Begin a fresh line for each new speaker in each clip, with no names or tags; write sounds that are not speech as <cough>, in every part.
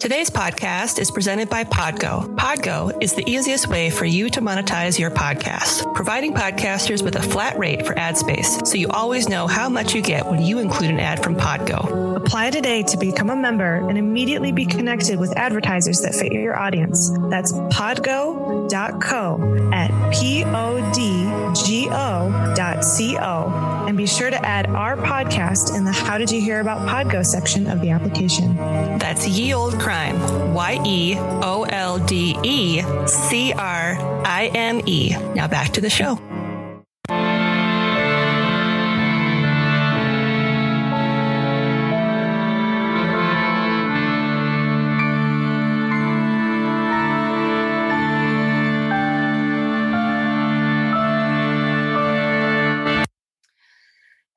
Today's podcast is presented by Podgo. Podgo is the easiest way for you to monetize your podcast, providing podcasters with a flat rate for ad space so you always know how much you get when you include an ad from Podgo.
Apply today to become a member and immediately be connected with advertisers that fit your audience. That's podgo.co at P O D G O dot C O. And be sure to add our podcast in the How Did You Hear About Podgo section of the application.
That's Ye Old Crime, Y E O L D E C R I M E. Now back to the show.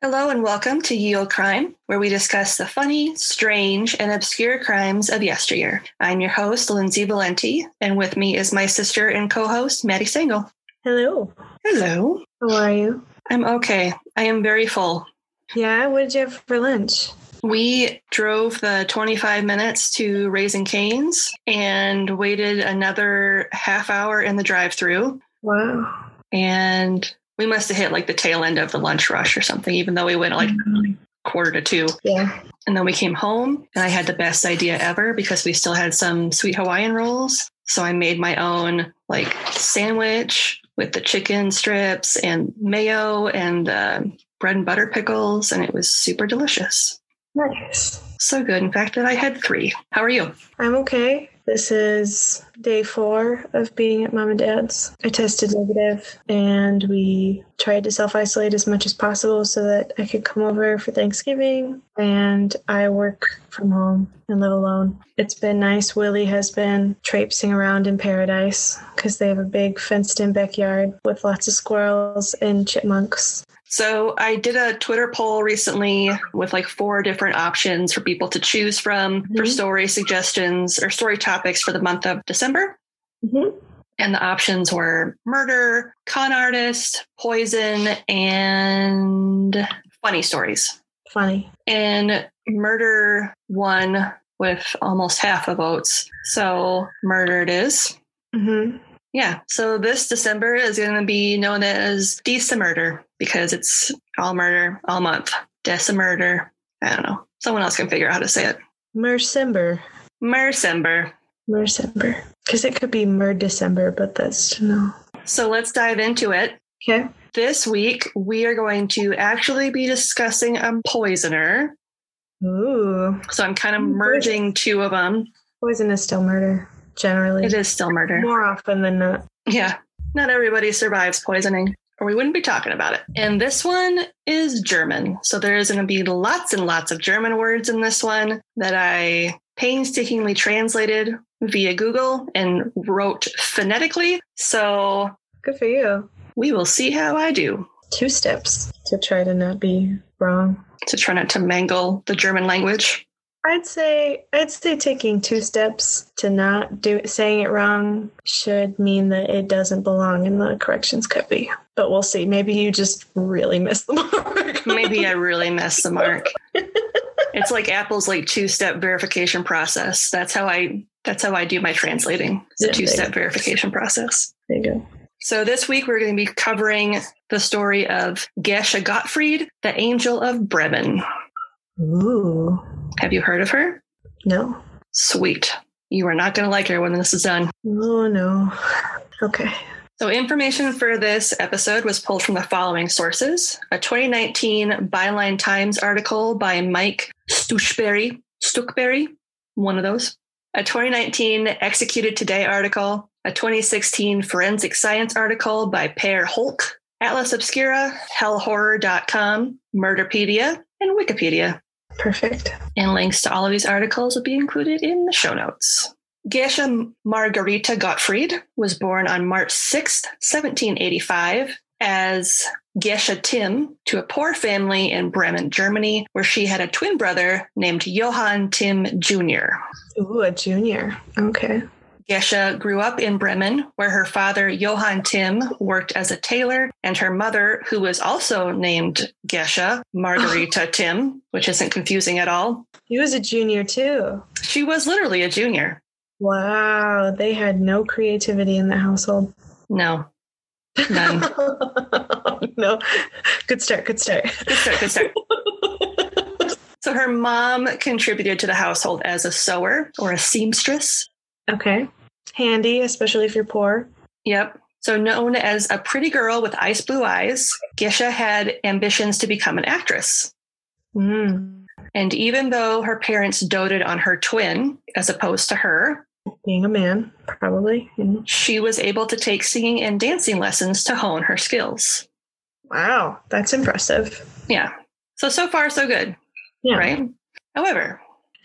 Hello and welcome to Yield Crime, where we discuss the funny, strange, and obscure crimes of yesteryear. I'm your host, Lindsay Valenti, and with me is my sister and co host, Maddie Sangle.
Hello.
Hello.
How are you?
I'm okay. I am very full.
Yeah, what did you have for lunch?
We drove the 25 minutes to Raising Canes and waited another half hour in the drive through.
Wow.
And we must have hit like the tail end of the lunch rush or something, even though we went like mm-hmm. quarter to two.
Yeah.
And then we came home and I had the best idea ever because we still had some sweet Hawaiian rolls. So I made my own like sandwich with the chicken strips and mayo and uh, bread and butter pickles. And it was super delicious.
Nice.
So good. In fact, that I had three. How are you?
I'm okay. This is day four of being at mom and dad's. I tested negative and we tried to self isolate as much as possible so that I could come over for Thanksgiving. And I work from home and live alone. It's been nice. Willie has been traipsing around in paradise because they have a big fenced in backyard with lots of squirrels and chipmunks.
So I did a Twitter poll recently with like four different options for people to choose from mm-hmm. for story suggestions or story topics for the month of December. Mm-hmm. And the options were murder, con artist, poison, and funny stories.
Funny.
And murder won with almost half the votes. So murder it is.
Mm-hmm.
Yeah. So this December is going to be known as Decemurder because it's all murder all month. Decemurder. I don't know. Someone else can figure out how to say it.
Mercember.
Mercember.
Mercember. Because it could be Mer December, but that's no.
So let's dive into it.
Okay.
This week we are going to actually be discussing a poisoner.
Ooh.
So I'm kind of merging two of them.
Poison is still murder generally.
It is still murder.
More often than not.
Yeah. Not everybody survives poisoning, or we wouldn't be talking about it. And this one is German. So there is going to be lots and lots of German words in this one that I painstakingly translated via Google and wrote phonetically. So
good for you.
We will see how I do.
Two steps to try to not be wrong.
To try not to mangle the German language.
I'd say I'd say taking two steps to not do saying it wrong should mean that it doesn't belong in the corrections copy. But we'll see. Maybe you just really missed the mark.
<laughs> Maybe I really missed the mark. it's like Apple's like two-step verification process. That's how I that's how I do my translating. It's a yeah, two-step verification process.
There you go.
So this week we're going to be covering the story of Geshe Gottfried, the Angel of Bremen.
Ooh.
Have you heard of her?
No.
Sweet. You are not going to like her when this is done.
Oh, no. Okay.
So, information for this episode was pulled from the following sources a 2019 Byline Times article by Mike Stuchberry, Stuckberry, one of those, a 2019 Executed Today article, a 2016 Forensic Science article by Per Holk, Atlas Obscura, hellhorror.com, Murderpedia, and Wikipedia.
Perfect.
And links to all of these articles will be included in the show notes. Geshe Margarita Gottfried was born on March 6, 1785, as Geshe Tim to a poor family in Bremen, Germany, where she had a twin brother named Johann Tim Jr.
Ooh, a junior. Okay.
Gesche grew up in Bremen, where her father, Johann Timm, worked as a tailor, and her mother, who was also named Gesche, <gasps> Margarita Timm, which isn't confusing at all.
He was a junior too.
She was literally a junior.
Wow, they had no creativity in the household.
No, none.
<laughs> no. Good start, good start. <laughs>
Good start, good start. So her mom contributed to the household as a sewer or a seamstress.
Okay. Handy, especially if you're poor.
Yep. So known as a pretty girl with ice blue eyes, Gisha had ambitions to become an actress.
Mm.
And even though her parents doted on her twin as opposed to her,
Being a man, probably. Mm.
she was able to take singing and dancing lessons to hone her skills.
Wow, that's impressive.
Yeah. So, so far, so good,
Yeah.
right?
<laughs>
However, <laughs>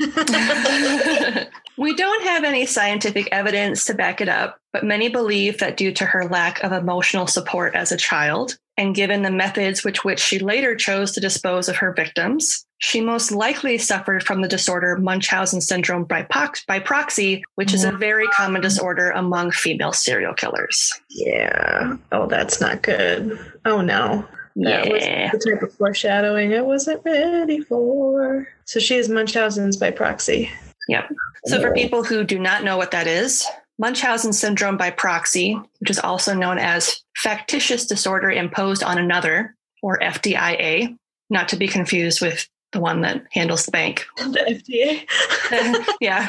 we don't have any scientific evidence to back it up, but many believe that due to her lack of emotional support as a child, and given the methods with which she later chose to dispose of her victims, she most likely suffered from the disorder Munchausen syndrome by, pox- by proxy, which is a very common disorder among female serial killers.
yeah. Oh, that's not good. Oh, no. That
Yeah.
was the type of foreshadowing I wasn't ready for. So she is Munchausen's by proxy. <laughs>
So, for people who do not know what that is, Munchausen syndrome by proxy, which is also known as factitious disorder imposed on another, or FDIA, not to be confused with the one that handles the bank.
The FDA.
<laughs> yeah.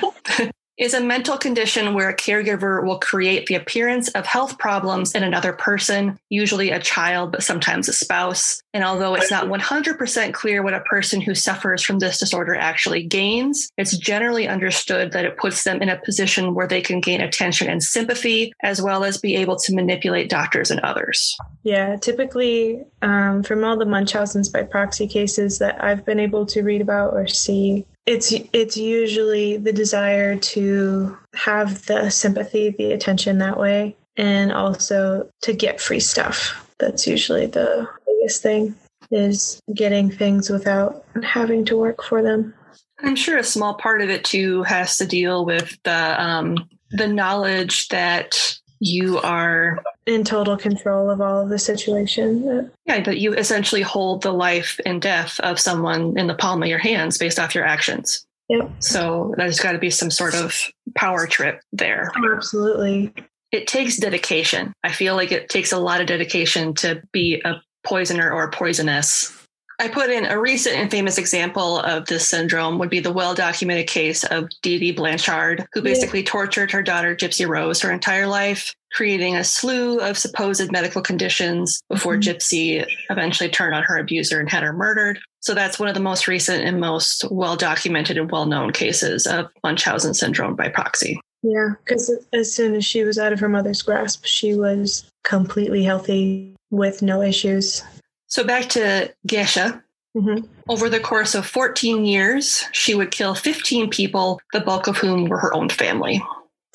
Is a mental condition where a caregiver will create the appearance of health problems in another person, usually a child, but sometimes a spouse. And although it's not 100% clear what a person who suffers from this disorder actually gains, it's generally understood that it puts them in a position where they can gain attention and sympathy, as well as be able to manipulate doctors and others.
Yeah, typically um, from all the Munchausen's by proxy cases that I've been able to read about or see, it's it's usually the desire to have the sympathy, the attention that way, and also to get free stuff. That's usually the biggest thing is getting things without having to work for them.
I'm sure a small part of it too has to deal with the um, the knowledge that you are
In total control of all of the situation.
Yeah, that you essentially hold the life and death of someone in the palm of your hands based off your actions.
Yep.
So there's got to be some sort of power trip there.
Absolutely.
It takes dedication. I feel like it takes a lot of dedication to be a poisoner or poisonous. I put in a recent and famous example of this syndrome would be the well documented case of Dee Dee Blanchard, who
Yeah.
basically tortured her daughter Gypsy Rose her entire life, creating a slew of supposed medical conditions before
Mhm.
Gypsy eventually turned on her abuser and had her murdered. So that's one of the most recent and most well documented and well known cases of Munchausen syndrome by proxy.
Yeah, because as soon as she was out of her mother's grasp, she was completely healthy with no issues.
So back to Gesha,
Mm-hmm.
Over the course of 14 years, she would kill 15 people, the bulk of whom were her own family.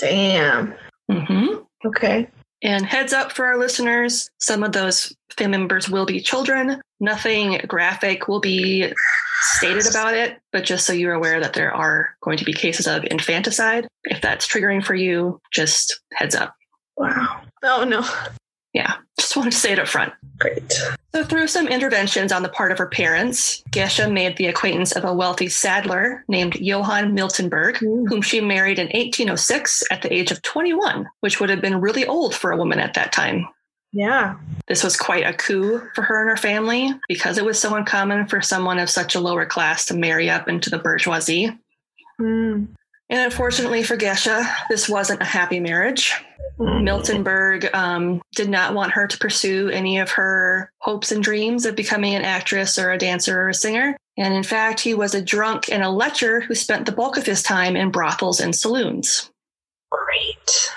Damn.
hmm
Okay.
And heads up for our listeners some of those family members will be children. Nothing graphic will be stated about it, but just so you're aware that there are going to be cases of infanticide. If that's triggering for you, just heads up.
Wow. Oh no.
Just wanted to say it up front.
Great.
So, through some interventions on the part of her parents, Gesha made the acquaintance of a wealthy saddler named Johann Miltenberg,
Mm.
whom she married in 1806 at the age of 21, which would have been really old for a woman at that time.
Yeah.
This was quite a coup for her and her family because it was so uncommon for someone of such a lower class to marry up into the bourgeoisie.
Mm.
And unfortunately for Gesha, this wasn't a happy marriage.
Hmm.
Miltenberg um, did not want her to pursue any of her hopes and dreams of becoming an actress or a dancer or a singer. And in fact, he was a drunk and a lecher who spent the bulk of his time in brothels and saloons.
Great.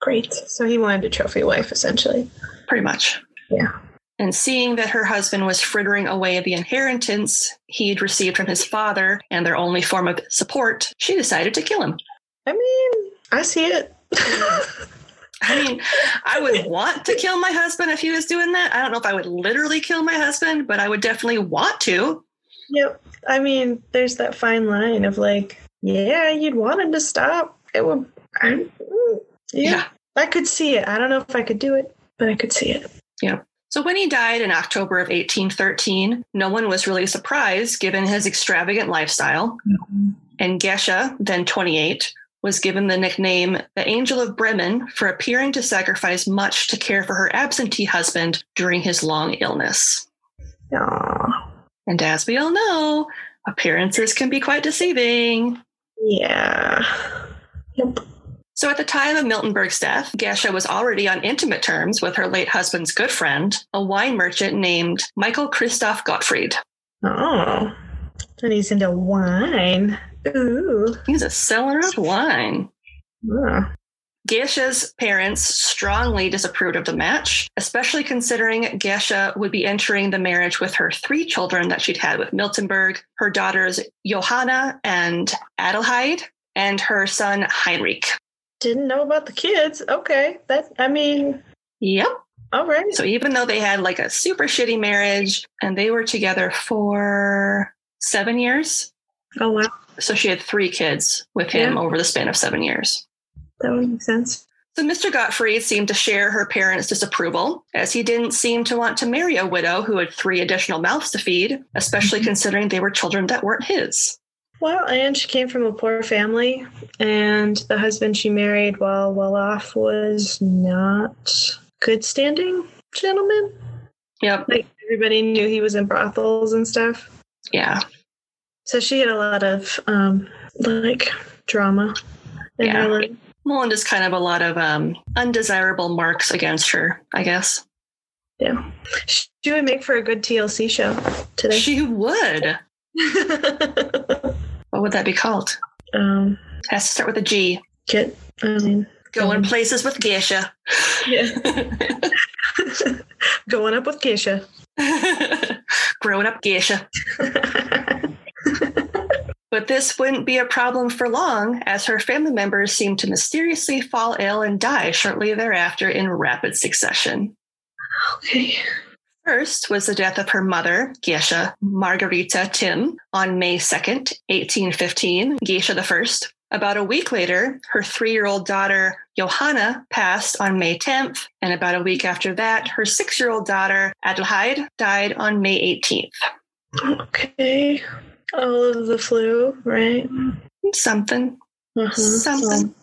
Great. So he wanted a trophy wife, essentially.
pretty much.
Yeah.
And seeing that her husband was frittering away the inheritance he'd received from his father and their only form of support, she decided to kill him.
I mean, I see it. <laughs>
I mean, I would want to kill my husband if he was doing that. I don't know if I would literally kill my husband, but I would definitely want to.
yep. I mean, there's that fine line of like, yeah, you'd want him to stop. It would I, yeah, I could see it. I don't know if I could do it, but I could see it.
So when he died in October of 1813, no one was really surprised given his extravagant lifestyle. And Gesha, then 28, was given the nickname the Angel of Bremen for appearing to sacrifice much to care for her absentee husband during his long illness.
Aw.
And as we all know, appearances can be quite deceiving.
Yeah. Yep.
So at the time of Miltenberg's death, Gesha was already on intimate terms with her late husband's good friend, a wine merchant named Michael Christoph Gottfried.
Oh. And he's into wine. Ooh.
He's a seller of wine.
Oh.
Gesha's parents strongly disapproved of the match, especially considering Gesha would be entering the marriage with her three children that she'd had with Miltenberg, her daughters Johanna and Adelheid, and her son Heinrich.
Didn't know about the kids. Okay. That, I mean,
Yep.
all right.
So even though they had like a super shitty marriage and they were together for seven years,
Oh, wow.
so she had three kids with him
Yeah.
over the span of seven years.
That would make sense.
So Mr. Gottfried seemed to share her parents' disapproval, as he didn't seem to want to marry a widow who had three additional mouths to feed, especially considering they were children that weren't his.
Well, and she came from a poor family, and the husband she married, while well off, was not good standing gentleman.
Yep.
Like everybody knew he was in brothels and stuff.
Yeah.
So she had a lot of um like drama in
Yeah.
her life.
Well, and just kind of a lot of um, undesirable marks against her, I guess.
Yeah. She she would make for a good TLC show today.
She would. What would that be called?
<laughs> um
Has to start with a G.
get I mean
Going places with Geisha. <laughs>
yeah. <laughs> Going up with
<laughs>
Keisha.
Growing up Geisha. But this wouldn't be a problem for long, as her family members seemed to mysteriously fall ill and die shortly thereafter in rapid succession.
okay.
First was the death of her mother, Geisha Margarita Tim, on May 2nd, 1815, Geisha I. About a week later, her three year old daughter, Johanna, passed on May 10th, and about a week after that, her six year old daughter, Adelheid, died on May 18th.
Okay. All of the flu, right?
Something
Uh-huh.
Something.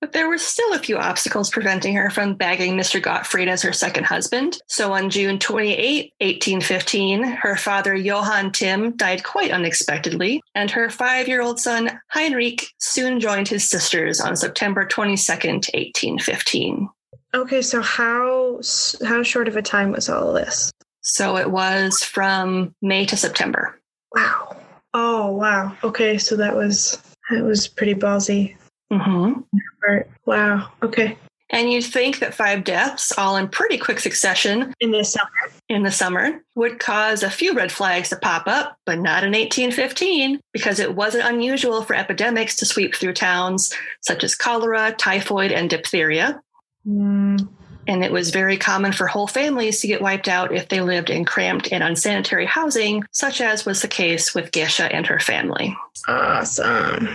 But there were still a few obstacles preventing her from bagging Mr. Gottfried as her second husband. So on June 28, 1815, her father Johann Tim died quite unexpectedly, and her five year old son Heinrich soon joined his sisters on September 22nd, 1815.
Okay, so how s- how short of a time was all this?
So it was from May to September.
Wow. Oh wow. Okay, so that was that was pretty ballsy.
Mm-hmm.
Right. Wow. Okay.
And you'd think that five deaths, all in pretty quick succession,
In this summer.
in the summer would cause a few red flags to pop up, but not in 1815, because it wasn't unusual for epidemics to sweep through towns such as cholera, typhoid, and diphtheria.
Mm,
And it was very common for whole families to get wiped out if they lived in cramped and unsanitary housing, such as was the case with Gesha and her family.
awesome.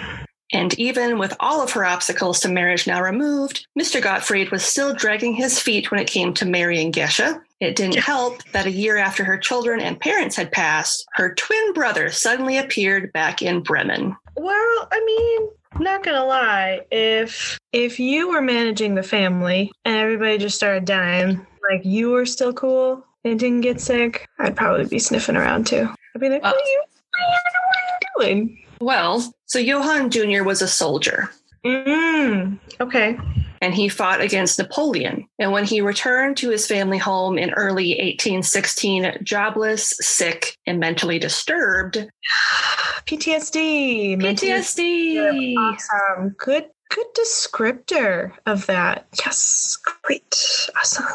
And even with all of her obstacles to marriage now removed, Mr. Gottfried was still dragging his feet when it came to marrying Gesha. It didn't help that a year after her children and parents had passed, her twin brother suddenly appeared back in Bremen.
Well, I mean, not gonna lie, if if you were managing the family and everybody just started dying, like you were still cool and didn't get sick, I'd probably be sniffing around too. I'd be like,
Well-
what are you, what are you doing?
Well, so Johann Jr. was a soldier.
Mm, okay. <sighs>
and he fought against Napoleon. And when he returned to his family home in early 1816, jobless, sick, and mentally disturbed,
PTSD. mental-
PTSD.
Awesome. Good good descriptor of that. Yes. Great. Awesome.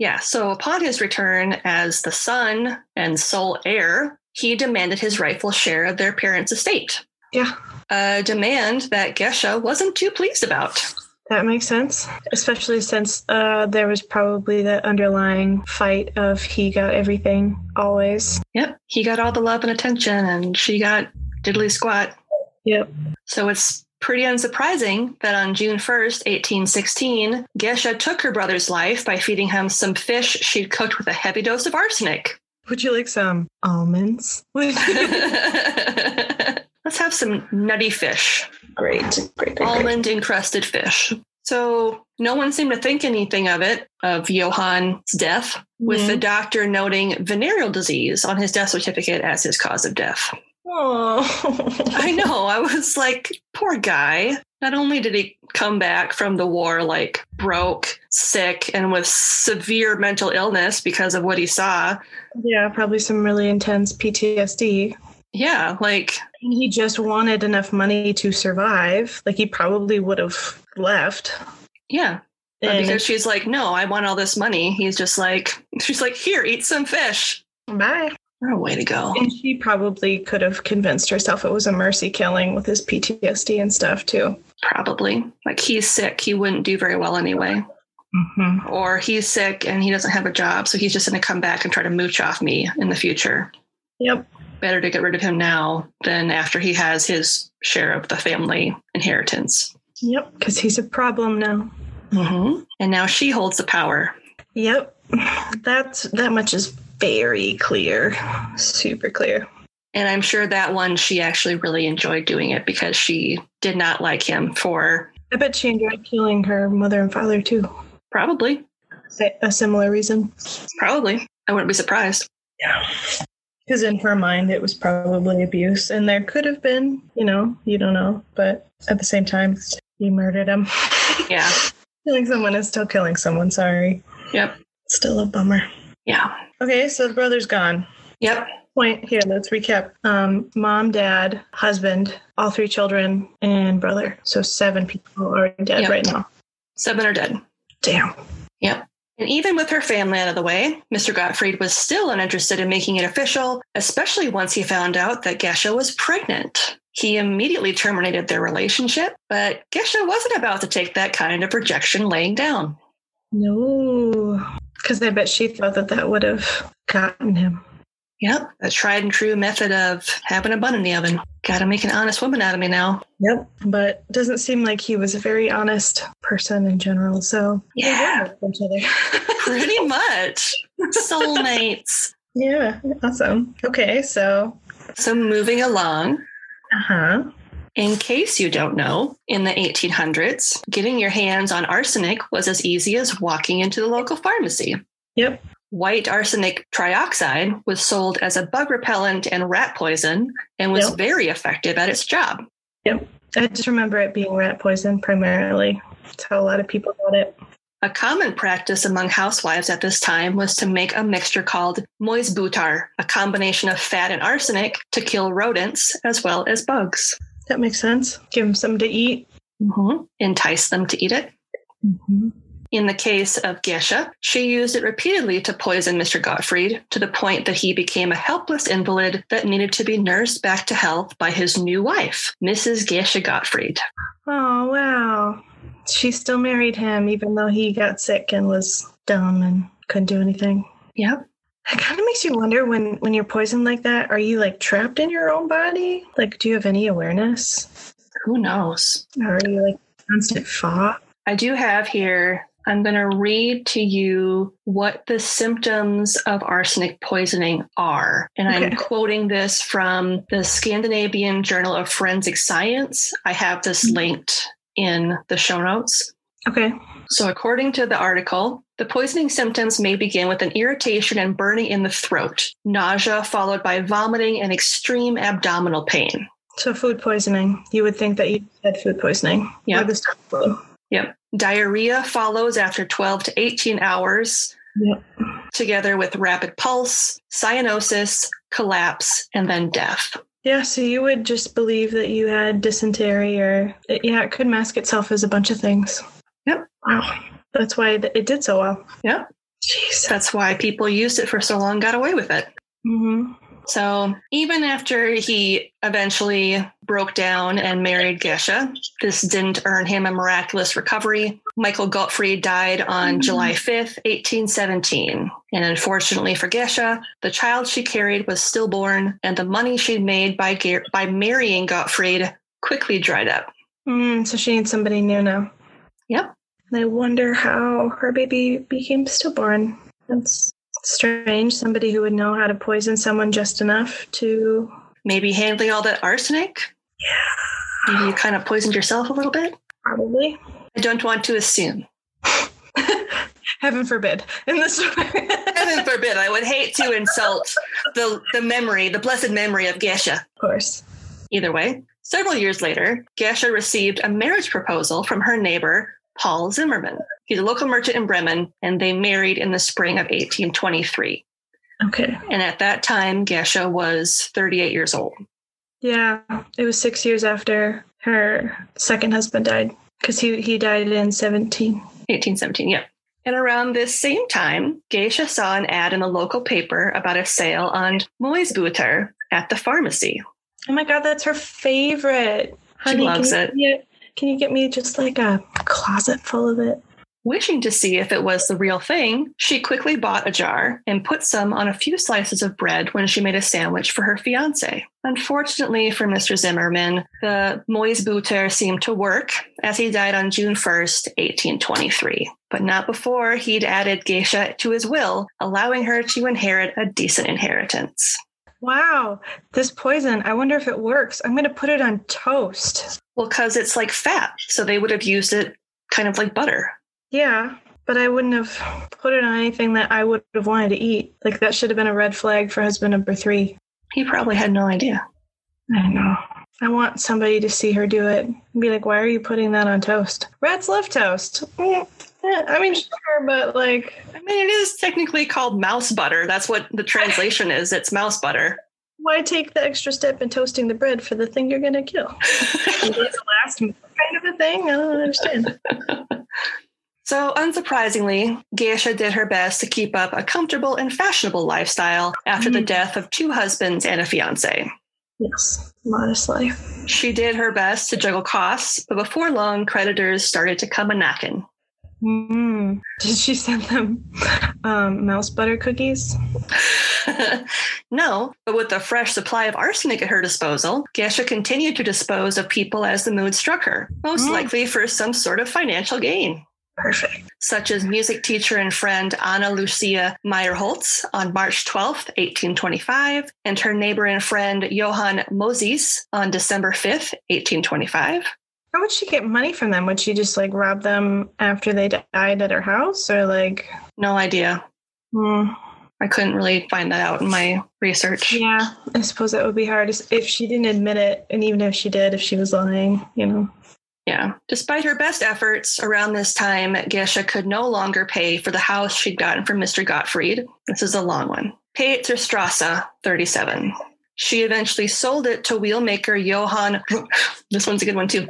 Yeah, so upon his return as the son and sole heir, he demanded his rightful share of their parents' estate,
Yeah.
a demand that Gesha wasn't too pleased about.
That makes sense, especially since uh, there was probably the underlying fight of he got everything always.
Yep, he got all the love and attention, and she got diddly squat.
Yep.
So it's Pretty unsurprising that on June 1st, 1816, Gesha took her brother's life by feeding him some fish she'd cooked with a heavy dose of arsenic. <laughs>
Would you like some <laughs> almonds?
Let's have some nutty fish,
great, great, great, great.
almond encrusted fish. So no one seemed to think anything of it, of Johann's death, with
Mhm.
the doctor noting venereal disease on his death certificate as his cause of death. <laughs>
Oh,
I know. I was like, poor guy. Not only did he come back from the war like broke, sick, and with severe mental illness because of what he saw.
<laughs> yeah, probably some really intense PTSD.
Yeah, like
And he just wanted enough money to survive. Like he probably would have left.
yeah. But
And
because she's like, no, I want all this money. He's just like, <laughs> she's like, here, eat some fish.
bye.
What a way to go.
And she probably could have convinced herself it was a mercy killing with his PTSD and stuff too.
Probably. Like he's sick. He wouldn't do very well anyway.
Mm-hmm.
Or he's sick and he doesn't have a job. So he's just going to come back and try to mooch off me in the future.
Yep.
better to get rid of him now than after he has his share of the family inheritance.
Yep. Because he's a problem now.
Mm-hmm. And now she holds the power.
Yep. That's that much is very clear. Super clear.
And I'm sure that one she actually really enjoyed doing it because she did not like him for
I bet she enjoyed killing her mother and father too.
probably,
Say A similar reason.
probably. I wouldn't be surprised.
Yeah. Because in her mind, it was probably abuse, and there could have been, you know, you don't know, but at the same time, he murdered him. <laughs>
Yeah.
killing someone is still killing someone. Sorry.
Yep.
Still a bummer.
Yeah.
Okay, so the brother's gone.
Yep.
Point here. Let's recap. Um, mom, dad, husband, all three children, and brother. So seven people are dead
Yep.
right now.
Seven are dead.
Damn.
And even with her family out of the way, Mr. Gottfried was still uninterested in making it official, especially once he found out that Gesha was pregnant. He immediately terminated their relationship, but Gesha wasn't about to take that kind of rejection laying down.
No. Because I bet she thought that that would have gotten him.
Yep, a tried and true method of having a bun in the oven. Gotta make an honest woman out of me now.
Yep. But doesn't seem like he was a very honest person in general. So they were
Yeah.
meant for each other.
<laughs> Pretty much. Soulmates.
yeah. Awesome. Okay. So,
So moving along,
uh huh.
In case you don't know, in the 1800s, getting your hands on arsenic was as easy as walking into the local pharmacy.
Yep.
White arsenic trioxide was sold as a bug repellent and rat poison and was
Yep.
very effective at its job.
I just remember it being rat poison primarily. That's how a lot of people got it.
A common practice among housewives at this time was to make a mixture called moisbutar, a combination of fat and arsenic to kill rodents as well as bugs.
That makes sense. Give them something to eat.
Mhm. Entice them to eat it.
Mm-hmm.
In the case of Gesha, she used it repeatedly to poison Mr. Gottfried to the point that he became a helpless invalid that needed to be nursed back to health by his new wife, Mrs. Gesha Gottfried.
Oh, wow. She still married him, even though he got sick and was dumb and couldn't do anything.
Yep.
That kind of makes you wonder when, when you're poisoned like that, are you like trapped in your own body? Like, do you have any awareness?
Who knows?
Or are you like constant fog?
I do have here, I'm going to read to you what the symptoms of arsenic poisoning are. And
Okay.
I'm quoting this from the Scandinavian Journal of Forensic Science. I have this linked in the show notes.
Okay.
So, according to the article, the poisoning symptoms may begin with an irritation and burning in the throat, nausea followed by vomiting and extreme abdominal pain.
So, food poisoning. You would think that you had food poisoning.
Yeah.
Or the stomach flu.
Diarrhea follows after 12 to 18 hours,
Yep.
together with rapid pulse, cyanosis, collapse, and then death.
Yeah, so you would just believe that you had dysentery or, it, yeah, it could mask itself as a bunch of things.
Yep.
Wow. That's why th- it did so well.
Yep.
Jeez.
That's why people used it for so long, got away with it.
hmm
So even after he eventually broke down and married Gesha, this didn't earn him a miraculous recovery. Michael Gottfried died on
Mhm.
July 5th, 1817. And unfortunately for Gesha, the child she carried was stillborn, and the money she'd made by, Ge- by marrying Gottfried quickly dried up.
Mm, so she needs somebody new now.
Yep.
And I wonder how her baby became stillborn. That's strange. Somebody who would know how to poison someone just enough to.
Maybe handling all that arsenic? Yeah. Maybe you kind of poisoned yourself a little bit?
Probably. <laughs>
I don't want to assume.
Heaven forbid. In this <laughs> of
Heaven forbid, I would hate to insult the, the memory, the blessed memory of Gesha.
course.
Either way, several years later, Gesha received a marriage proposal from her neighbor, Paul Zimmerman. He's a local merchant in Bremen, and they married in the spring of 1823.
Okay.
And at that time, Gesha was 38 years old.
Yeah, it was six years after her second husband died because he, he died in 17.
1817, yeah. And around this same time, Geisha saw an ad in the local paper about a sale on Moisbuter at the pharmacy.
Oh my God, that's her favorite. Honey,
loves
can you,
it.
Yeah, can you get me just like a closet full of it?
Wishing to see if it was the real thing, she quickly bought a jar and put some on a few slices of bread when she made a sandwich for her fiance. Unfortunately for Mr. Zimmerman, the Moisbuter seemed to work as he died on June 1st, 1823, but not before he'd added Geisha to his will, allowing her to inherit a decent inheritance.
Wow, this poison. I wonder if it works. I'm going to put it on toast.
Well, because it's like fat. So they would have used it kind of like butter.
Yeah, but I wouldn't have put it on anything that I would have wanted to eat. Like, that should have been a red flag for husband number three.
He probably had no idea.
I know. I want somebody to see her do it and be like, why are you putting that on toast? Rats love toast. Mm, eh, I mean, sure, but like,
I mean, it is technically called mouse butter. That's what the translation is. It's mouse butter. <laughs>
why take the extra step in toasting the bread for the thing you're going to kill? Is that the last kind of a thing? I don't understand.
so, unsurprisingly, Geisha did her best to keep up a comfortable and fashionable lifestyle after the
Mm.
death of two husbands and a fiance.
Yes, modest life.
She did her best to juggle costs, but before long, creditors started to come a knocking.
Mm. Did she send them um, mouse butter cookies?
<laughs> no, but with the fresh supply of arsenic at her disposal, Gesha continued to dispose of people as the mood struck her, most
Mm.
likely for some sort of financial gain,
Perfect.
such as music teacher and friend Anna Lucia Meyerholtz on March 12th, 1825, and her neighbor and friend Johann Moses on December 5th, 1825.
How would she get money from them? Would she just like rob them after they died at her house or like,
No idea.
hmm.
I couldn't really find that out in my research.
Yeah, I suppose that would be hard is- if she didn't admit it, and even if she did, if she was lying, you know. <laughs>
Yeah. Despite her best efforts, around this time, Gesha could no longer pay for the house she'd gotten from Mr. Gottfried. This is a long one. Peter Strasse, 37. She eventually sold it to wheelmaker Johann. <laughs> This one's a good one too.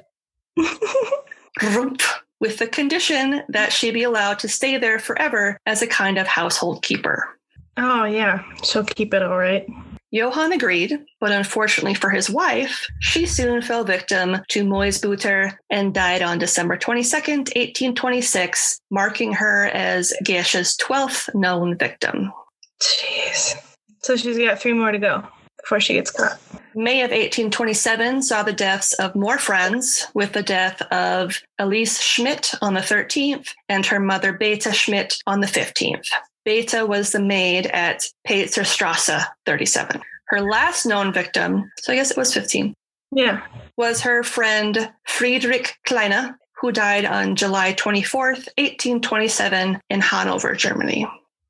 Grump, With the condition that she be allowed to stay there forever as a kind of household keeper.
oh yeah, she'll keep it all right.
Johann agreed, but unfortunately for his wife, she soon fell victim to Moisbuter and died on December 22nd, 1826, marking her as Gesha's 12th known victim.
Jeez. So she's got three more to go before she gets caught.
May of 1827 saw the deaths of more friends, with the death of Elise Schmidt on the 13th and her mother Beta Schmidt on the 15th. Beta was the maid at Peterstrasse 37. Her last known victim, so I guess it was 15,
Yeah.
was her friend Friedrich Kleiner, who died on July 24th, 1827, in Hanover, Germany.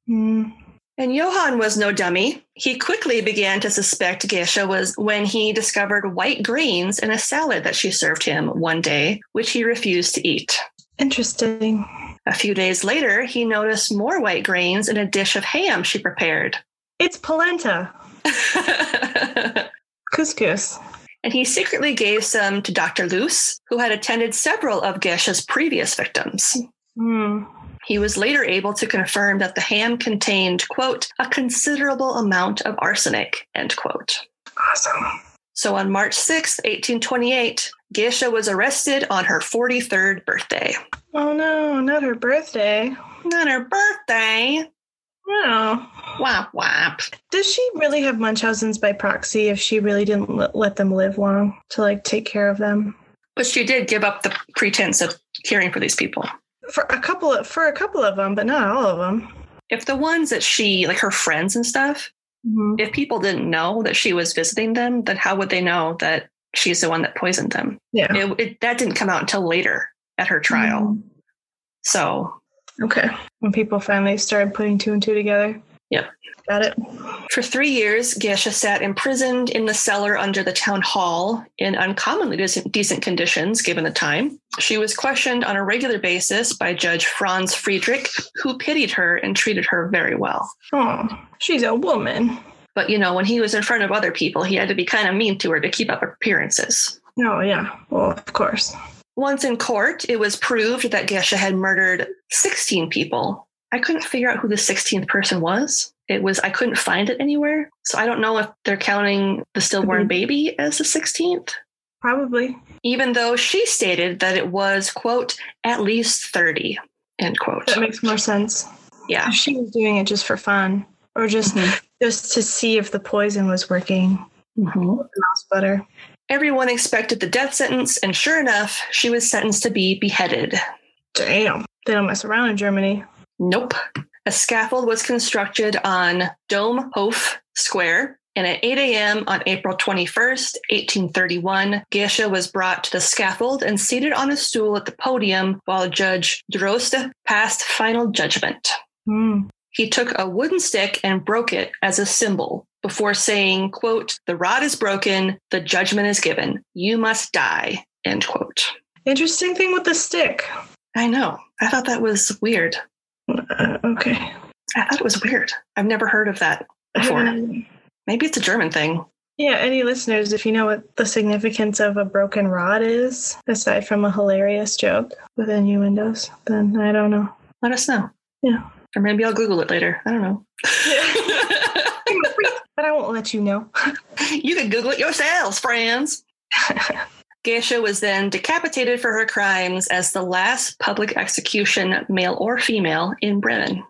Mm.
And Johann was no dummy. He quickly began to suspect Geisha was when he discovered white grains in a salad that she served him one day, which he refused to eat.
Interesting.
A few days later, he noticed more white grains in a dish of ham she prepared. <laughs>
It's polenta, couscous.
and he secretly gave some to Dr. Luce, who had attended several of Gesha's previous victims.
Mm.
He was later able to confirm that the ham contained, quote, a considerable amount of arsenic, end quote.
Awesome.
So on March 6, 1828, Geisha was arrested on her 43rd birthday.
Oh no, not her birthday.
Not her birthday.
No.
Womp womp.
Does she really have Munchausen's by proxy if she really didn't let- let them live long to like take care of them?
But she did give up the pretense of caring for these people.
for a couple of for a couple of them, but not all of them.
If the ones that she, like her friends and stuff, if people didn't know that she was visiting them, then how would they know that she's the one that poisoned them?
Yeah. Mm.
It, it, that didn't come out until later at her trial. So
Mm-hmm. Okay. When people finally started putting two and two together.
Yep.
Got it.
For three years, Gesha sat imprisoned in the cellar under the town hall in uncommonly decent, decent conditions given the time. She was questioned on a regular basis by Judge Franz Friedrich, who pitied her and treated her very well.
Oh, she's a woman.
But, you know, when he was in front of other people, he had to be kind of mean to her to keep up appearances.
Oh yeah. Well, of course.
Once in court, it was proved that Gesha had murdered 16 people. I couldn't figure out who the 16th person was. It was, I couldn't find it anywhere. So I don't know if they're counting the stillborn
Mhm.
baby as the 16th,
Probably.
even though she stated that it was, quote, at least 30, end quote.
That makes more sense.
Yeah.
If she was doing it just for fun, or just
Mhm.
just to see if the poison was working. Mm-hmm.
Mhm.
Mouse butter.
Everyone expected the death sentence, and sure enough, she was sentenced to be beheaded.
Damn. They don't mess around in Germany.
Nope. A scaffold was constructed on Domhof Square. And at 8 a.m. on April 21st, 1831, Gesha was brought to the scaffold and seated on a stool at the podium while Judge Droste passed final judgment.
Mm.
He took a wooden stick and broke it as a symbol before saying, quote, the rod is broken, the judgment is given, you must die, end quote.
Interesting thing with the stick.
I know. I thought that was weird.
Uh, okay.
I thought it was weird. I've never heard of that before.
Um,
Maybe it's a German thing.
yeah, any listeners, if you know what the significance of a broken rod is, aside from a hilarious joke with innuendos, then I don't know.
Let us know.
Yeah.
Or maybe I'll Google it later. I don't know.
But I won't let you know. <laughs>
you can Google it yourselves, friends. Geisha was then decapitated for her crimes as the last public execution, male or female, in Bremen.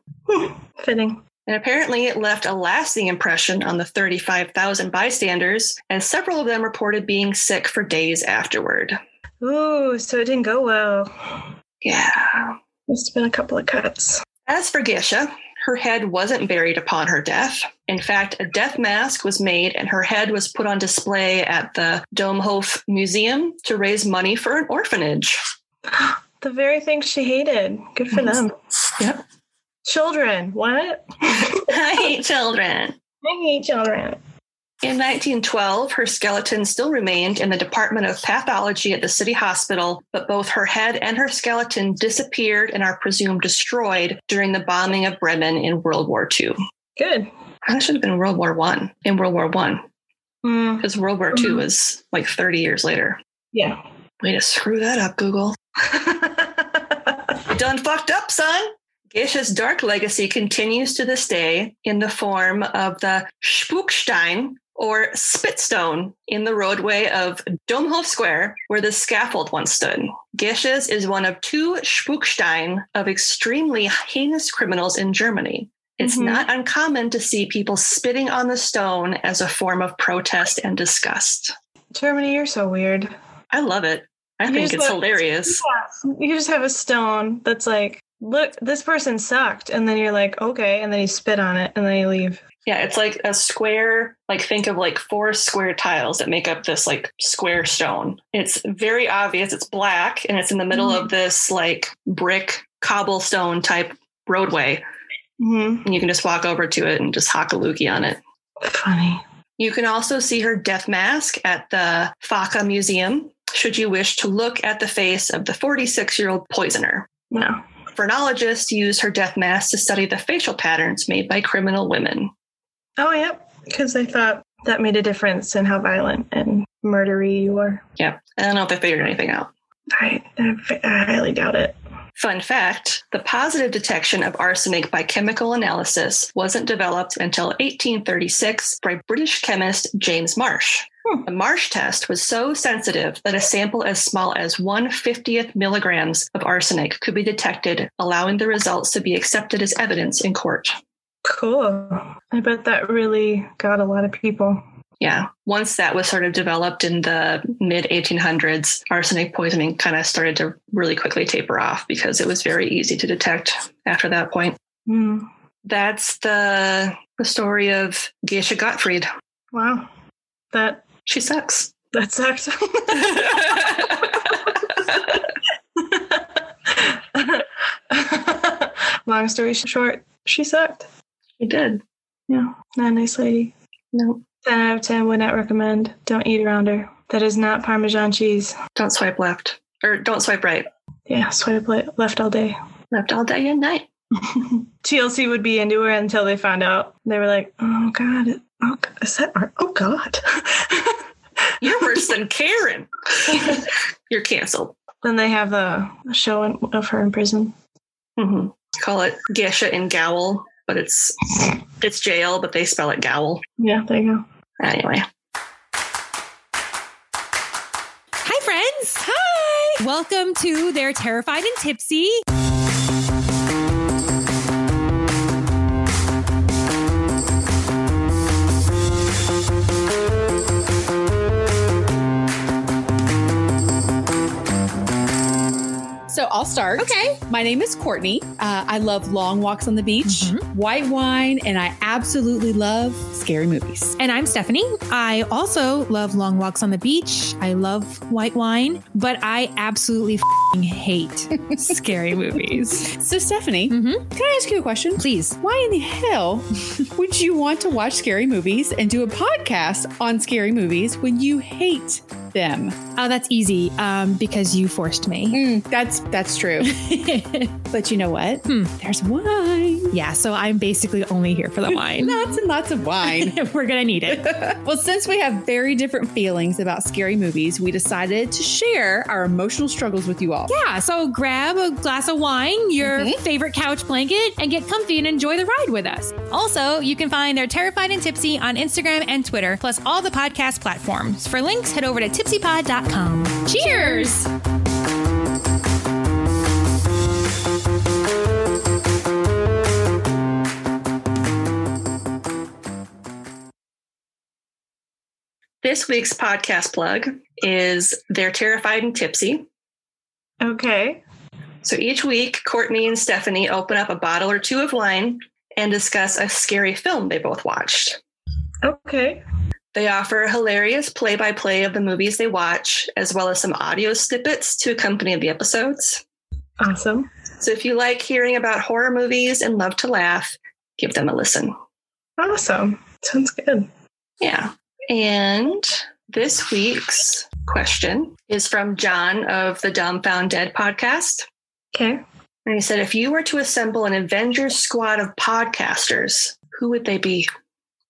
Fitting.
And apparently, it left a lasting impression on the 35,000 bystanders, and several of them reported being sick for days afterward.
Ooh, so it didn't go well.
Yeah.
Must have been a couple of cuts.
As for Gesha, her head wasn't buried upon her death. In fact, a death mask was made and her head was put on display at the Domhof Museum to raise money for an orphanage.
The very thing she hated. Good for them.
Yep.
Children. What?
<laughs> I hate children.
I hate children.
In 1912, her skeleton still remained in the Department of Pathology at the City Hospital, but both her head and her skeleton disappeared and are presumed destroyed during the bombing of Bremen in World War II.
Good.
That should have been World War One. In World War One,
Mm,
because World War II was like 30 years later.
yeah.
Way to screw that up, Google. You done fucked up, son. Geisha's dark legacy continues to this day in the form of the Spukstein or Spitstone in the roadway of Domhof Square, where the scaffold once stood. Geisha's is one of two Spukstein of extremely heinous criminals in Germany. It's
Mhm.
not uncommon to see people spitting on the stone as a form of protest and disgust.
Germany, you're so weird.
I love it. I
You
think
just
it's
let-
hilarious.
You just have a stone that's like, look, this person sucked. And then you're like, okay. And then you spit on it and then you leave.
<laughs> Yeah, it's like a square, like think of like four square tiles that make up this like square stone. It's very obvious. It's black and it's in the middle of this like brick cobblestone type roadway.
hmm
And you can just walk over to it and just hock a loogie on it.
Funny.
You can also see her death mask at the Faka Museum, should you wish to look at the face of the 46 year old poisoner.
No.
Phrenologists use her death mask to study the facial patterns made by criminal women.
Oh, yep. Because they thought that made a difference in how violent and murdery you were.
Yeah, I don't know if they figured anything out.
I, I highly doubt it.
Fun fact the positive detection of arsenic by chemical analysis wasn't developed until 1836 by British chemist James Marsh.
Hmm.
The Marsh test was so sensitive that a sample as small as 150th milligrams of arsenic could be detected, allowing the results to be accepted as evidence in court.
Cool. I bet that really got a lot of people.
yeah, once that was sort of developed in the mid 1800s, arsenic poisoning kind of started to really quickly taper off because it was very easy to detect after that point.
Mm.
That's the, the story of Geisha Gottfried.
Wow. That
She <laughs> sucks.
that <laughs> sucked. <laughs> Long story short, she sucked.
he did.
Yeah, not a nice lady.
No,
10 out of 10 would not recommend. Don't eat around her. That is not Parmesan cheese.
don't swipe left or don't swipe right.
Yeah, swipe le- left all day.
Left all day and night.
TLC would be into her until they found out. They were like, oh God, oh, g- is that our, oh God. <laughs>
<laughs> You're worse than Karen. <laughs> You're canceled.
then they have a show in, of her in prison.
hmm Call it Geisha and Gowl, but it's it's jail, but they spell it Gowl.
Yeah, there you go.
Anyway,
Hi, friends. Hi. Welcome to They're Terrified and Tipsy.
So I'll start.
Okay.
My name is Courtney. Uh, I love long walks on the beach,
Mm-hmm.
white wine, and I absolutely love scary movies.
And I'm Stephanie. I also love long walks on the beach. I love white wine, but I absolutely fing hate
<laughs>
scary movies.
So, Stephanie,
Mhm.
can I ask you a question?
Please.
Why in the hell <laughs> would you want to watch scary movies and do a podcast on scary movies when you hate them?
Oh, that's easy um, because you forced me.
that's that's <laughs> true. but you know what?
<laughs> Hmm.
There's wine.
yeah, so I'm basically only here for
<laughs>
the wine.
Lots and lots of wine.
<laughs>
<laughs>
We're going to need it.
Well, since we have very different feelings about scary movies, we decided to share our emotional struggles with you all.
Yeah, so grab a glass of wine, your
Mhm.
favorite couch blanket, and get comfy and enjoy the ride with us. Also, you can find their Terrified and Tipsy on Instagram and Twitter, plus all the podcast platforms. For links, head over to tipsypod.com. Cheers!
this week's podcast plug is They're Terrified and Tipsy.
Okay.
So each week, Courtney and Stephanie open up a bottle or two of wine and discuss a scary film they both watched.
Okay.
They offer a hilarious play by play of the movies they watch, as well as some audio snippets to accompany the episodes.
Awesome.
So if you like hearing about horror movies and love to laugh, give them a listen.
Awesome. Sounds good.
Yeah. And this week's question is from John of the Dumbfound Dead podcast.
Okay.
And he said, if you were to assemble an Avengers squad of podcasters, who would they be?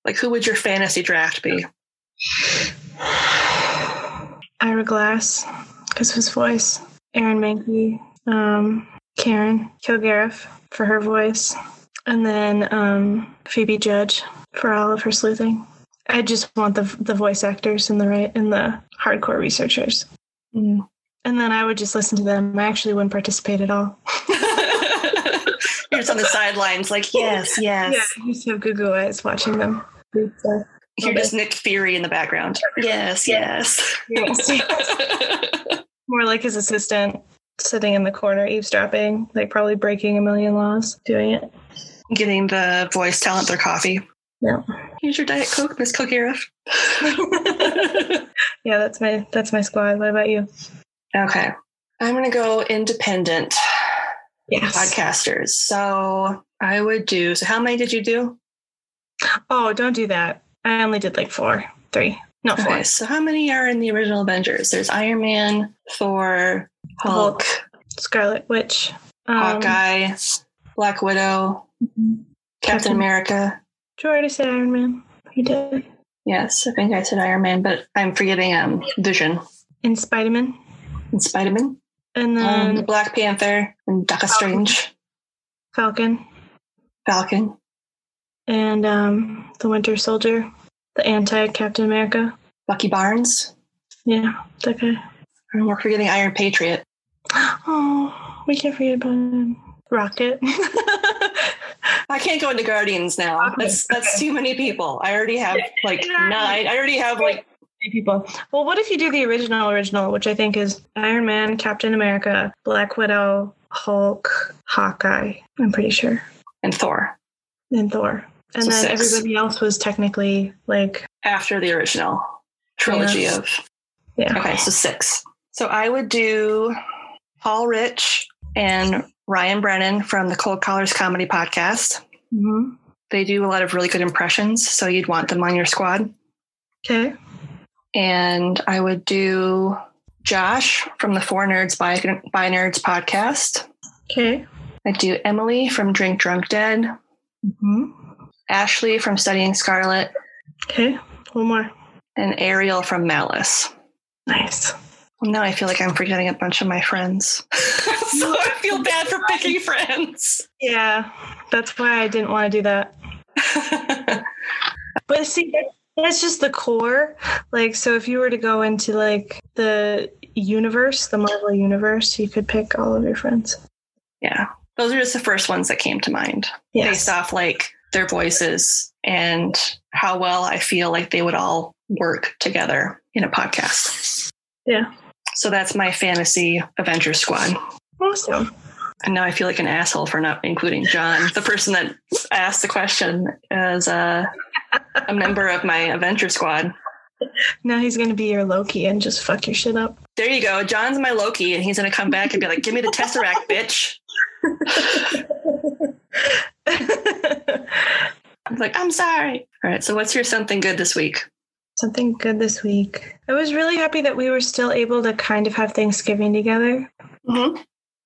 Like, who would your fantasy
<laughs>
draft be?
Ira Glass, because of his voice. Aaron Mankey, um, Karen Kilgariff for her voice, and then um, Phoebe Judge for all of her sleuthing. I just want the the voice actors and the right and the hardcore researchers, and then I would just listen to them. I actually wouldn't participate at all.
You're just on the sidelines, like, yes, yes.
Yeah, I just have goo goo eyes watching them. do stuff.
You're just Nick Fury in the background. Yes, yes.
<laughs> More like his assistant sitting in the corner eavesdropping, like probably breaking a million laws doing it.
<laughs> Getting the voice talent their coffee.
Yeah.
Here's your Diet Coke, Miss
<laughs>
Kokirif.
Yeah, that's my that's my squad. What about you?
okay. I'm going to go independent
Yes.
podcasters. So I would do, so how many did you do?
Oh, don't do that. I only did like four, three, no four.
Okay, so how many are in the original Avengers? There's Iron Man, Thor, Hulk,
Scarlet Witch, um,
Oh,
Mm-hmm.
Hawkeye, Black Widow, Captain
Captain-
America.
Did you already say Iron Man? You did.
Yes, I think I said Iron Man, but I'm forgetting um Vision
And Spider Man,
and Spider Man,
and then
um, Black Panther, and Doctor
Mm. Falcon.
Strange,
Falcon,
Falcon.
and um, the Winter Soldier, the anti Captain America.
Bucky Barnes.
Yeah, that guy. <gasps>
And we're forgetting Iron Patriot.
<laughs> Oh, we can't forget about him. Rocket.
I can't go into Guardians now. That's that's too many people. I already have like
Yeah.
nine. I already have like
people. Well, what if you do the original original, which I think is Iron Man, Captain America, Black Widow, Hulk, Hawkeye. I'm pretty sure,
and Thor
and Thor. And
So
then
six.
everybody else was technically like,
after the original trilogy
Yes.
of
yeah,
Okay, so six. So I would do Paul Rich and Ryan Brennan from the Cold Collars Comedy Podcast.
Mhm.
They do a lot of really good impressions, so you'd want them on your squad.
okay,
And I would do Josh from the Four Nerds by, by Nerds podcast.
okay,
I'd do Emily from Drink Drunk Dead,
Mhm.
Ashley from Studying Scarlet,
okay. One more,
and Ariel from Malice.
nice.
Well, now I feel like I'm forgetting a bunch of my friends. <laughs> so I feel bad for picking friends.
Yeah, that's why I didn't want to do that. But see, that- that's just the core. Like, so if you were to go into like the universe, the Marvel universe, you could pick all of your friends.
<laughs> yeah. Those are just the first ones that came to mind based off like their voices and how well I feel like they would all work together in a podcast.
Yeah.
So that's my fantasy Avengers squad.
Awesome.
And now I feel like an asshole for not including John, the person that asked the question as a, a member of my Avenger squad.
Now he's going to be your Loki and just fuck your shit up. <laughs>
There you go. John's my Loki, and he's going to come back and be like, give me the Tesseract, <laughs> bitch. I'm like, I'm sorry. All right. So, what's your something good this week?
Something good this week. I was really happy that we were still able to kind of have Thanksgiving together,
Mhm.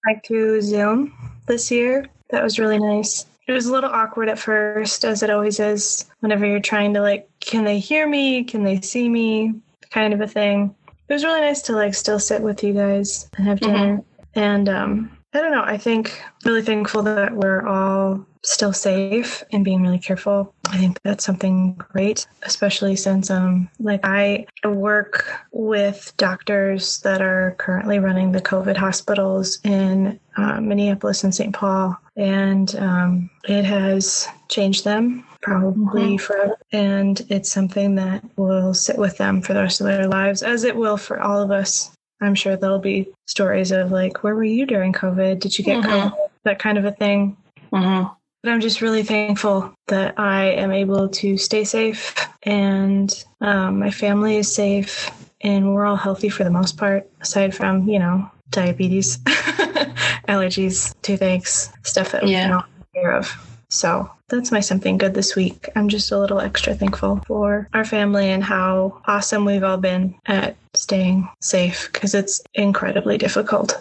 like through Zoom this year. That was really nice. It was a little awkward at first, as it always is whenever you're trying to, like, can they hear me? Can they see me? kind of a thing. It was really nice to, like, still sit with you guys and have
Mhm.
dinner. And um, I don't know. I think really thankful that we're all still safe and being really careful. I think that's something great, especially since um, like I work with doctors that are currently running the COVID hospitals in uh, Minneapolis and St. Paul, and um, it has changed them probably forever. And it's something that will sit with them for the rest of their lives, as it will for all of us. I'm sure there'll be stories of like, where were you during COVID? Did you get
Mhm.
COVID? That kind of a thing.
Mm-hmm.
But I'm just really thankful that I am able to stay safe and um, my family is safe and we're all healthy for the most part, aside from, you know, diabetes, <laughs> allergies, toothaches, stuff that we
Yeah.
can all take care of. So that's my something good this week. I'm just a little extra thankful for our family and how awesome we've all been at staying safe because it's incredibly difficult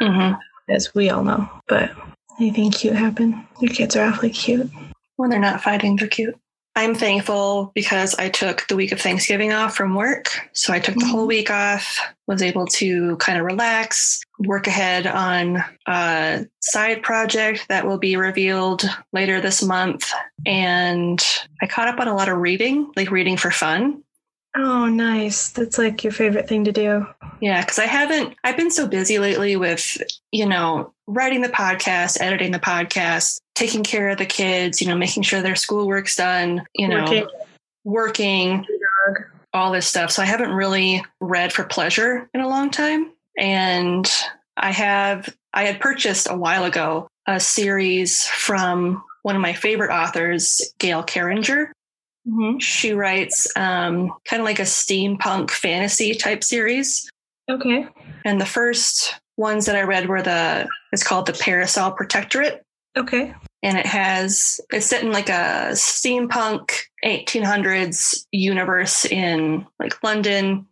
Mm-hmm.
as we all know. But anything cute happen. Your kids are awfully cute.
When they're not fighting, they're cute. I'm thankful because I took the week of Thanksgiving off from work. So I took the whole week off, was able to kind of relax, work ahead on a side project that will be revealed later this month. And I caught up on a lot of reading, like reading for fun.
Oh, nice. That's like your favorite thing to do.
Yeah, because I haven't, I've been so busy lately with, you know, writing the podcast, editing the podcast, taking care of the kids, you know, making sure their schoolwork's done, you know,
Working.
working, all this stuff. So I haven't really read for pleasure in a long time. And I have, I had purchased a while ago a series from one of my favorite authors, Gail Carringer.
Mm-hmm.
She writes um, kind of like a steampunk fantasy type series.
Okay.
And the first ones that I read were the it's called the Parasol Protectorate,
Okay.
and it has it's set in like a steampunk 1800s universe in like London,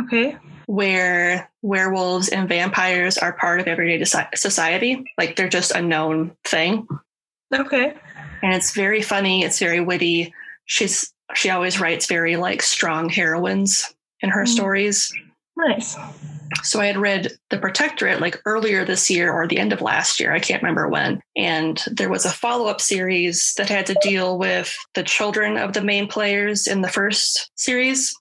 Okay.
where werewolves and vampires are part of everyday deci- society. Like they're just a known thing,
Okay.
and it's very funny. It's very witty. She's she always writes very like strong heroines in her
Mhm.
stories.
Nice.
So I had read The Protectorate like earlier this year or the end of last year. I can't remember when. And there was a follow up series that had to deal with the children of the main players in the first series.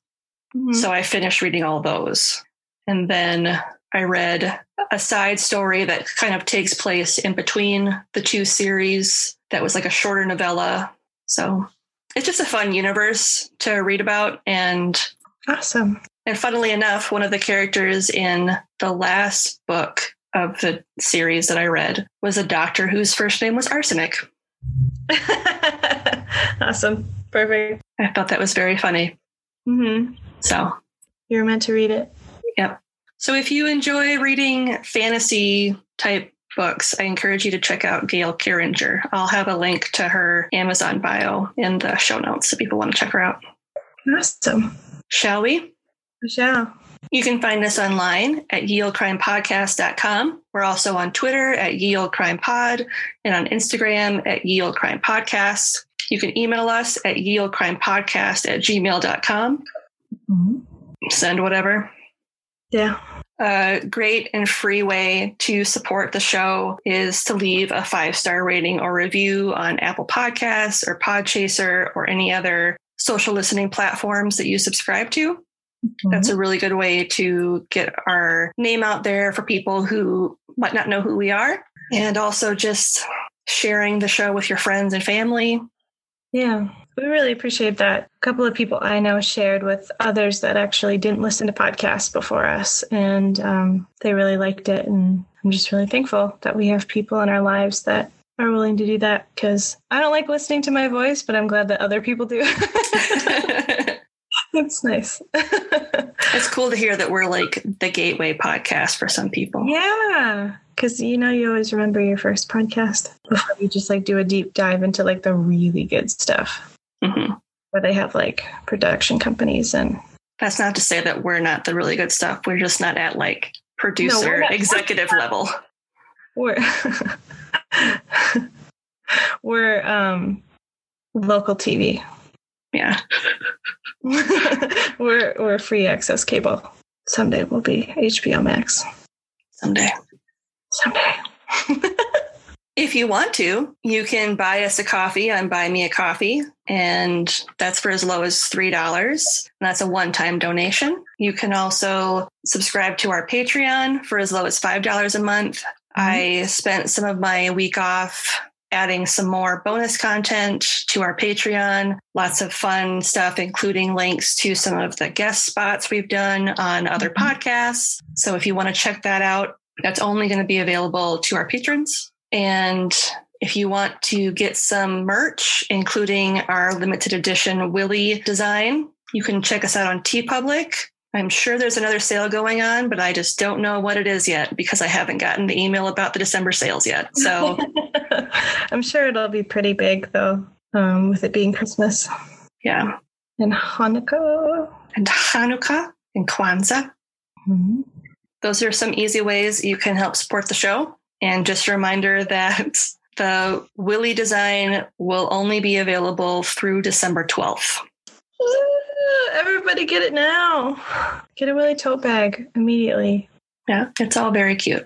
Mhm.
So I finished reading all those. And then I read a side story that kind of takes place in between the two series that was like a shorter novella. So it's just a fun universe to read about. And
Awesome.
and funnily enough, one of the characters in the last book of the series that I read was a doctor whose first name was Arsenic.
<laughs> awesome. Perfect.
I thought that was very funny.
Mm-hmm.
So
You were meant to read it.
So if you enjoy reading fantasy type books, I encourage you to check out Gail Kieringer. I'll have a link to her Amazon bio in the show notes if people want to check her out.
Awesome.
Shall we?
Michelle.
You can find us online at yieldcrimepodcast.com. We're also on Twitter at yieldcrimepod and on Instagram at yieldcrimepodcast. You can email us at yieldcrimepodcast at gmail.com.
Mm-hmm.
Send whatever.
Yeah.
a great and free way to support the show is to leave a five star rating or review on Apple Podcasts or Podchaser or any other social listening platforms that you subscribe to. That's
Mm-hmm.
a really good way to get our name out there for people who might not know who we are. And also just sharing the show with your friends and family. <laughs>
Yeah. We really appreciate that. A couple of people I know shared with others that actually didn't listen to podcasts before us, and um, they really liked it. And I'm just really thankful that we have people in our lives that are willing to do that because I don't like listening to my voice, but I'm glad that other people do. <laughs>
it's
That's nice. <laughs>
cool to hear that we're like the gateway podcast for some people.
yeah. Because you know, you always remember your first podcast before you just like do a deep dive into like the really good stuff
Mhm.
where they have like production companies and
That's not to say that we're not the really good stuff. We're just not at like producer
not.
executive level.
we're <laughs> we're um local tv
Yeah.
<laughs> we're we're free access cable someday we'll be hbo max
Someday.
someday
If you want to, you can buy us a coffee on Buy Me a Coffee, and that's for as low as $3. And that's a one time donation. You can also subscribe to our Patreon for as low as $5 a month. I spent some of my week off adding some more bonus content to our Patreon, lots of fun stuff, including links to some of the guest spots we've done on other podcasts. So if you want to check that out, that's only going to be available to our patrons. And if you want to get some merch, including our limited edition Willy design, you can check us out on T Public. I'm sure there's another sale going on, but I just don't know what it is yet because I haven't gotten the email about the December sales yet. So
<laughs> i'm sure it'll be pretty big though um with it being christmas
yeah.
and hanukkah
And Hanukkah and Kwanzaa.
Mm-hmm.
Those are some easy ways you can help support the show. And just a reminder that <laughs> the Willy design will only be available through December 12th.
Ah, everybody get it now get a willy tote bag immediately
Yeah, it's all very cute.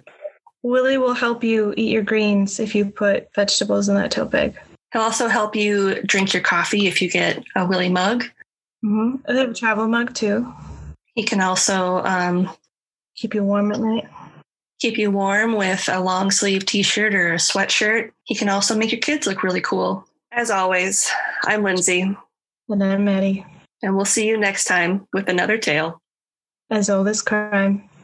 Willie will help you eat your greens if you put vegetables in that tote bag.
He'll also help you drink your coffee if you get a Willy mug.
Mm-hmm. They have a travel mug too.
He can also um,
Keep you warm at night.
keep you warm with a long sleeve t shirt or a sweatshirt. He can also make your kids look really cool. As always, I'm Lindsay,
And I'm Maddie,
and we'll see you next time with another tale.
as old as crime.